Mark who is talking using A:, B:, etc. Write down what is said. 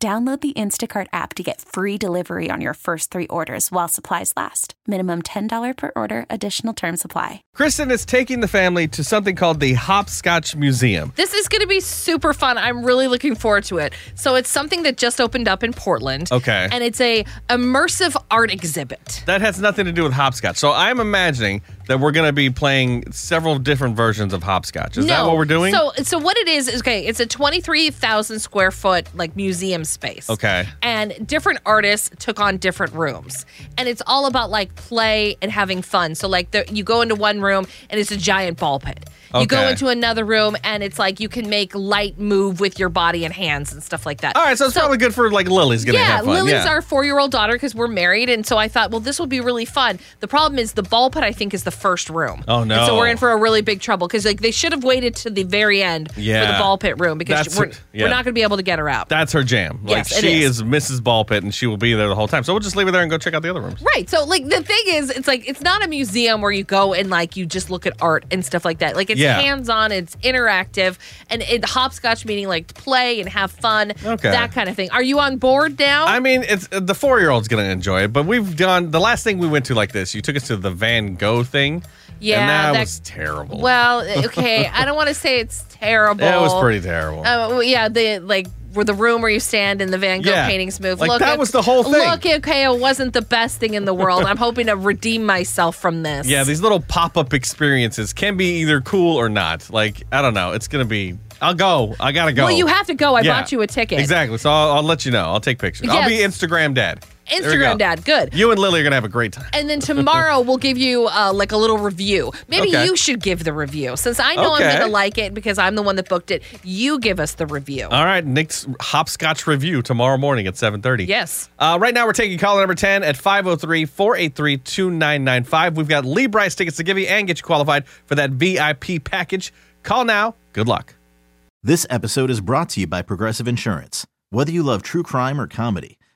A: Download the Instacart app to get free delivery on your first three orders while supplies last. Minimum $10 per order, additional term supply.
B: Kristen is taking the family to something called the Hopscotch Museum.
C: This is going to be super fun. I'm really looking forward to it. So it's something that just opened up in Portland.
B: Okay.
C: And it's a immersive art exhibit.
B: That has nothing to do with hopscotch. So I'm imagining that we're going to be playing several different versions of hopscotch. Is that what we're doing?
C: So, so what it is is okay. It's a twenty-three thousand square foot like museum space.
B: Okay.
C: And different artists took on different rooms, and it's all about like play and having fun. So, like, the, you go into one room and it's a giant ball pit. You go
B: Okay.
C: into another room and it's like you can make light move with your body and hands and stuff like that.
B: All right, so it's probably good for like Lily's going to
C: Yeah,
B: have fun.
C: Lily's our four year old daughter because we're married. And so I thought, well, this will be really fun. The problem is the ball pit, I think, is the first room.
B: Oh, no.
C: And so we're in for a really big trouble because like they should have waited to the very end for the
B: Yeah.
C: ball pit room because
B: That's-
C: we're,
B: yeah.
C: we're not going to be able to get her out.
B: That's her jam. Like
C: Yes, it
B: she is.
C: is.
B: Mrs. Ballpit and she will be there the whole time. So we'll just leave her there and go check out the other rooms.
C: Right. So like the thing is it's like it's not a museum where you go and like you just look at art and stuff like that. Like it's
B: Yeah.
C: hands-on, it's interactive and it hopscotch meaning like play and have fun,
B: Okay.
C: that kind of thing. Are you on board now?
B: I mean, it's uh, the four-year-old's gonna enjoy it, but we've done the last thing we went to like this. You took us to the Van Gogh thing,
C: Yeah,
B: and that,
C: that-
B: was terrible.
C: well, eh, okay, I don't want to say it's terrible.
B: that was pretty terrible.
C: Uh, well, yeah, the like where the room where you stand and the Van Gogh
B: Yeah.
C: paintings move.
B: Like, that was the whole thing.
C: Look, okay, it wasn't the best thing in the world. I'm hoping to redeem myself from this.
B: yeah, these little pop-up experiences can be either cool or not. Like I don't know, it's gonna be. I'll go. I gotta go.
C: Well, you have to go. I
B: Yeah.
C: bought you a ticket.
B: Exactly. So I'll, I'll let you know. I'll take pictures. I'll be
C: Yes.
B: Instagram dad. There we
C: Instagram
B: go.
C: dad, good.
B: You and Lily are gonna have a great time.
C: and then tomorrow we'll give you uh, like a little review. Maybe
B: Okay.
C: you should give the review since I know I'm
B: Okay.
C: going to like it because I'm the one that booked it. You give us the review.
B: All right, Nick's hopscotch review tomorrow morning at 7:30.
C: Yes.
B: Uh, right now we're taking caller number 10 at 503-483-2995. We've got Lee Bryce tickets to give you and get you qualified for that VIP package. Call now. Good luck.
D: This episode is brought to you by Progressive Insurance. Whether you love true crime or comedy,